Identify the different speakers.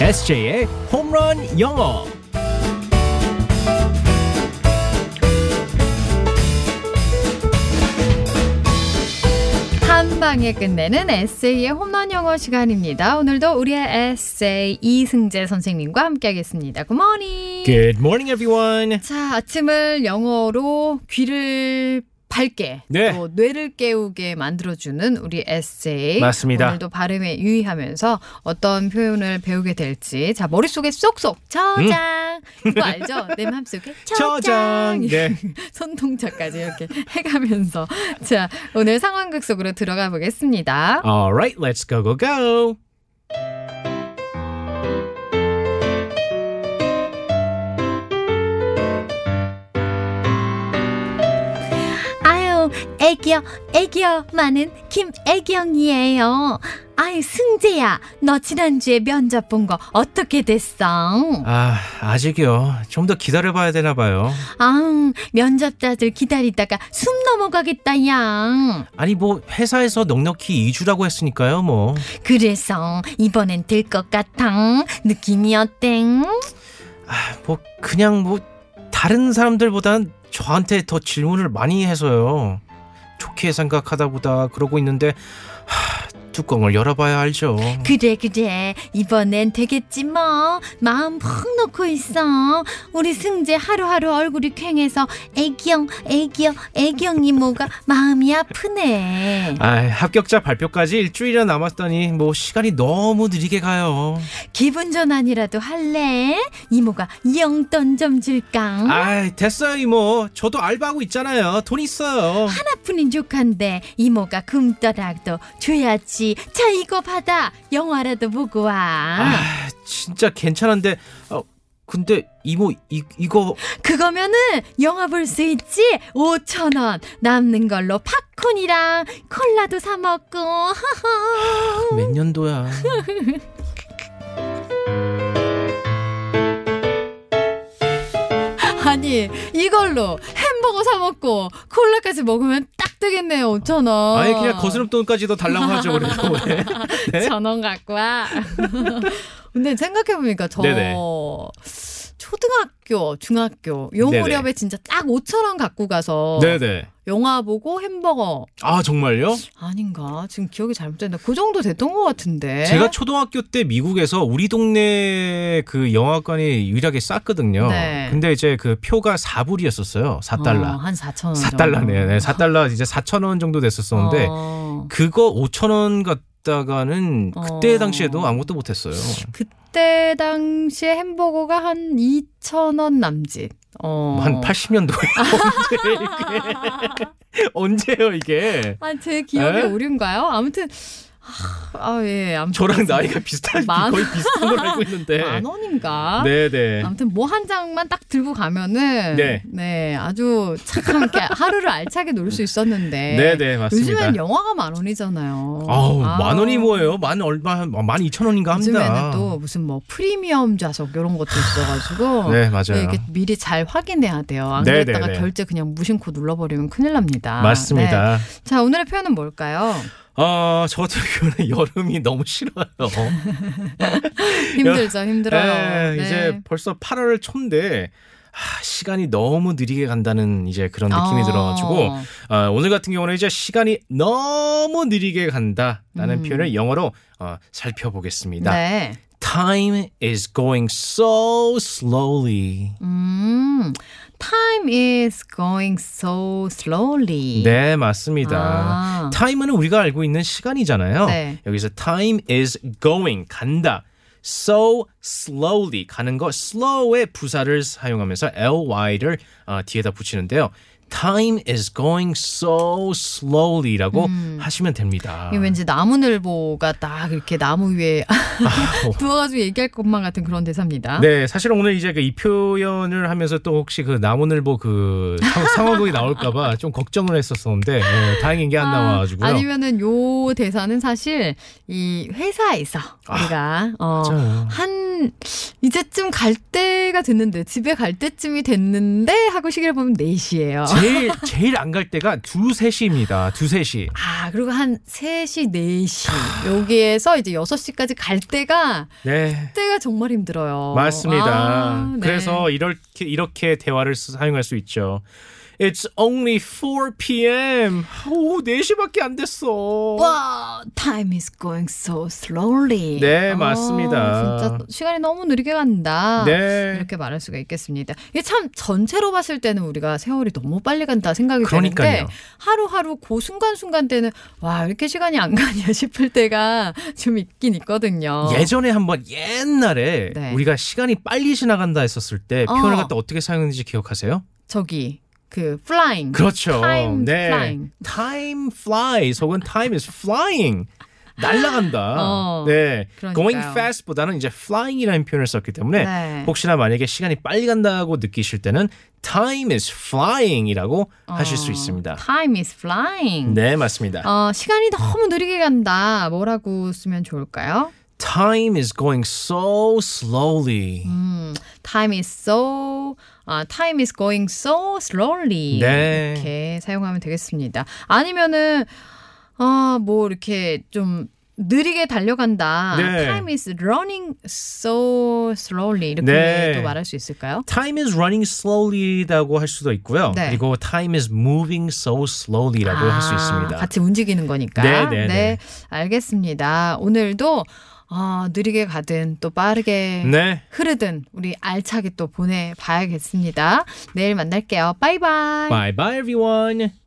Speaker 1: SJ의 홈런 영어.
Speaker 2: 한 방에 끝내는 에세이의 홈런 영어 시간입니다. 오늘도 우리의 에세이 이승재 선생님과 함께하겠습니다. 굿모닝.
Speaker 1: Good morning, everyone.
Speaker 2: 자, 아침을 영어로 귀를 밝게
Speaker 1: 네.
Speaker 2: 또 뇌를 깨우게 만들어주는 우리 에세이
Speaker 1: 맞습니다.
Speaker 2: 오늘도 발음에 유의하면서 어떤 표현을 배우게 될지 자 머릿속에 쏙쏙 저장 이거 알죠? 내 마음속에 저장
Speaker 1: 저장. 음. 네.
Speaker 2: 손동작까지 이렇게 해가면서 자 오늘 상황극 속으로 들어가 보겠습니다.
Speaker 1: All right, let's go, go, go.
Speaker 3: 아유, 애기여, 애기여 많은 김애경이에요. 아유, 승재야, 너 지난주에 면접 본 거 어떻게 됐어?
Speaker 1: 아, 아직이요. 좀 더 기다려봐야 되나 봐요.
Speaker 3: 아, 면접자들 기다리다가 숨 넘어가겠다, 양.
Speaker 1: 아니, 뭐 회사에서 넉넉히 2주라고 했으니까요, 뭐.
Speaker 3: 그래서 이번엔 될 것 같아. 느낌이 어때?
Speaker 1: 아, 뭐 그냥 뭐 다른 사람들보단 저한테 더 질문을 많이 해서요. 좋게 생각하다 보다 그러고 있는데 하, 뚜껑을 열어봐야 알죠.
Speaker 3: 그래 그래 이번엔 되겠지 뭐 마음 푹 놓고 있어 우리 승재 하루하루 얼굴이 퀭해서 애기형 애기형 애기형 이모가 마음이 아프네
Speaker 1: 아, 합격자 발표까지 일주일이나 남았다니 뭐 시간이 너무 느리게 가요.
Speaker 3: 기분 전환이라도 할래 이모가 용돈 좀 줄까
Speaker 1: 아, 됐어요 이모. 저도 알바하고 있잖아요. 돈 있어요.
Speaker 3: 하나뿐인 조카인데 이모가 금더라도 줘야지 자 이거 받아 영화라도 보고 와
Speaker 1: 아, 진짜 괜찮은데. 어, 근데 이모 이 이거
Speaker 3: 그거면은 영화 볼 수 있지? 5천 원 남는 걸로 팝콘이랑 콜라도 사 먹고
Speaker 1: 몇 년도야?
Speaker 2: 아니 이걸로 햄버거 사 먹고 콜라까지 먹으면 딱 되겠네요. 5천 원.
Speaker 1: 아예 그냥 거스름돈까지 더 달라고 하죠 그래요. 네. 네?
Speaker 2: 전원 갖고 와. 근데 생각해보니까 저
Speaker 1: 네네.
Speaker 2: 초등학교, 중학교 요
Speaker 1: 네네.
Speaker 2: 무렵에 진짜 딱 5천 원 갖고 가서
Speaker 1: 네네.
Speaker 2: 영화 보고 햄버거
Speaker 1: 아 정말요?
Speaker 2: 아닌가? 지금 기억이 잘못됐나? 그 정도 됐던 것 같은데.
Speaker 1: 제가 초등학교 때 미국에서 우리 동네 그 영화관이 유일하게 쌌거든요.
Speaker 2: 네.
Speaker 1: 근데 이제 그 표가 4불이었었어요.
Speaker 2: 어,
Speaker 1: 4달러.
Speaker 2: 한 4천 원.
Speaker 1: 4달러네. 네, 4달러 이제 4천 원 정도
Speaker 2: 어.
Speaker 1: 됐었었는데 그거 5천 원 갔다가는 그때
Speaker 2: 어.
Speaker 1: 당시에도 아무것도 못 했어요.
Speaker 2: 그때 당시에 햄버거가 한 2천 원 남짓. 어.
Speaker 1: 한 80년도에 언제 이게? 언제요 이게?
Speaker 2: 아, 제 기억이
Speaker 1: 에?
Speaker 2: 오류인가요? 아무튼 아, 아, 예. 아무튼
Speaker 1: 저랑 나이가 비슷한
Speaker 2: 만-
Speaker 1: 거의 비슷한 걸 알고 있는데.
Speaker 2: 만 원인가?
Speaker 1: 네. 네네.
Speaker 2: 아무튼 뭐 한 장만 딱 들고 가면은
Speaker 1: 네.
Speaker 2: 네, 아주 착하게 하루를 알차게 놀 수 있었는데
Speaker 1: 네네 맞습니다.
Speaker 2: 요즘엔 영화가 만 원이잖아요.
Speaker 1: 아우,
Speaker 2: 아우,
Speaker 1: 만 원이 뭐예요? 만 얼마, 만 이천 원인가 합니다.
Speaker 2: 요즘에는 또 무슨 뭐 프리미엄 좌석 이런 것도 있어가지고
Speaker 1: 네, 맞아요.
Speaker 2: 이렇게 미리 잘 확인해야 돼요. 안
Speaker 1: 네,
Speaker 2: 그랬다가
Speaker 1: 네, 네.
Speaker 2: 결제 그냥 무심코 눌러버리면 큰일 납니다. 네.
Speaker 1: 맞습니다.
Speaker 2: 자 오늘의 표현은 뭘까요?
Speaker 1: 어, 저 같은 경우는 여름이 너무 싫어요.
Speaker 2: 힘들죠, 힘들어요.
Speaker 1: 예,
Speaker 2: 네.
Speaker 1: 이제 벌써 8월 초인데, 아, 시간이 너무 느리게 간다는 이제 그런 느낌이
Speaker 2: 아.
Speaker 1: 들어가지고, 어, 오늘 같은 경우는 이제 시간이 너무 느리게 간다라는
Speaker 2: 음.
Speaker 1: 표현을 영어로 어, 살펴보겠습니다.
Speaker 2: 네.
Speaker 1: Time is going so slowly.
Speaker 2: 음, time is going so slowly.
Speaker 1: 네, 맞습니다.
Speaker 2: 음. 아,
Speaker 1: time은 우리가 알고 있는 시간이잖아요.
Speaker 2: 네.
Speaker 1: 여기서 time is going 간다. so slowly 가는 거 slow의 부사를 사용하면서 ly를 어, 뒤에다 붙이는데요. time is going so slowly라고 하시면 됩니다.
Speaker 2: 음. 이게 왠지 나무늘보가 딱 이렇게 나무 위에 누워가지고 얘기할 것만 같은 그런 대사입니다.
Speaker 1: 아, 네, 사실은 오늘 이제 그 이 표현을 하면서 또 혹시 그 나무늘보 그 상- 상황극이 나올까봐 좀 걱정을 했었었는데 네, 다행인 게 안 나와가지고요.
Speaker 2: 아, 아니면은 요 대사는 사실 이 회사에서 우리가 어,
Speaker 1: 아, 맞아요.
Speaker 2: 한 이제쯤 갈 때가 됐는데 집에 갈 때쯤이 됐는데 하고 시계를 보면 4시예요.
Speaker 1: 제일 제일 안 갈 때가 두세 시입니다. 두세 시.
Speaker 2: 네 아, 그리고 한 3시, 4시. 여기에서 이제 6시까지 갈 이때가
Speaker 1: 네.
Speaker 2: 이때가 정말 힘들어요.
Speaker 1: 맞습니다.
Speaker 2: 아, 네.
Speaker 1: 그래서 이렇게 이렇게 대화를 쓰- 사용할 수 있죠. It's only 4 p.m. 오후 4시밖에 안 됐어.
Speaker 2: 와, 어, time is going so slowly. 어,
Speaker 1: 네, 맞습니다.
Speaker 2: 진짜 시간이 너무 느리게 간다.
Speaker 1: 네.
Speaker 2: 이렇게 말할 수가 있겠습니다. 이게 참 전체로 봤을 때는 우리가 세월이 너무 빨리 간다 생각이
Speaker 1: 그러니까요.
Speaker 2: 드는데 하루하루 그 순간순간 때는 와, 이렇게 시간이 안 가냐 싶을 때가 좀 있긴 있거든요.
Speaker 1: 예전에 한번 옛날에
Speaker 2: 어. 네.
Speaker 1: 우리가 시간이 빨리 지나간다 했었을 때
Speaker 2: 어.
Speaker 1: 표현을 갖다 어떻게 사용했는지 기억하세요?
Speaker 2: 저기 그 flying.
Speaker 1: 그렇죠.
Speaker 2: Time flying.
Speaker 1: Time flies 혹은 time is flying. 날아간다.
Speaker 2: 어,
Speaker 1: 네.
Speaker 2: 그러니까요.
Speaker 1: going fast보다는 이제 flying이라는 표현을 썼기 때문에
Speaker 2: 네.
Speaker 1: 혹시나 만약에 시간이 빨리 간다고 느끼실 때는 time is flying이라고 하실 수
Speaker 2: 어,
Speaker 1: 있습니다.
Speaker 2: Time is flying.
Speaker 1: 네, 맞습니다.
Speaker 2: 어, 시간이 너무 느리게 간다. 뭐라고 쓰면 좋을까요?
Speaker 1: Time is going so slowly.
Speaker 2: 음, time is so, 아, time is going so slowly.
Speaker 1: 네.
Speaker 2: 이렇게 사용하면 되겠습니다. 아니면은, 아, 뭐, 이렇게 좀, 느리게 달려간다.
Speaker 1: 네.
Speaker 2: Time is running so slowly. 이렇게
Speaker 1: 네.
Speaker 2: 또 말할 수 있을까요?
Speaker 1: Time is running slowly라고 할 수도 있고요.
Speaker 2: 네.
Speaker 1: 그리고 time is moving so slowly라고 할 수
Speaker 2: 아,
Speaker 1: 있습니다.
Speaker 2: 같이 움직이는 거니까.
Speaker 1: 네, 네, 네.
Speaker 2: 알겠습니다. 오늘도 아, 느리게 가든 또 빠르게
Speaker 1: 네.
Speaker 2: 흐르든 우리 알차게 또 보내봐야겠습니다. 내일 만날게요. 바이바이.
Speaker 1: Bye bye everyone.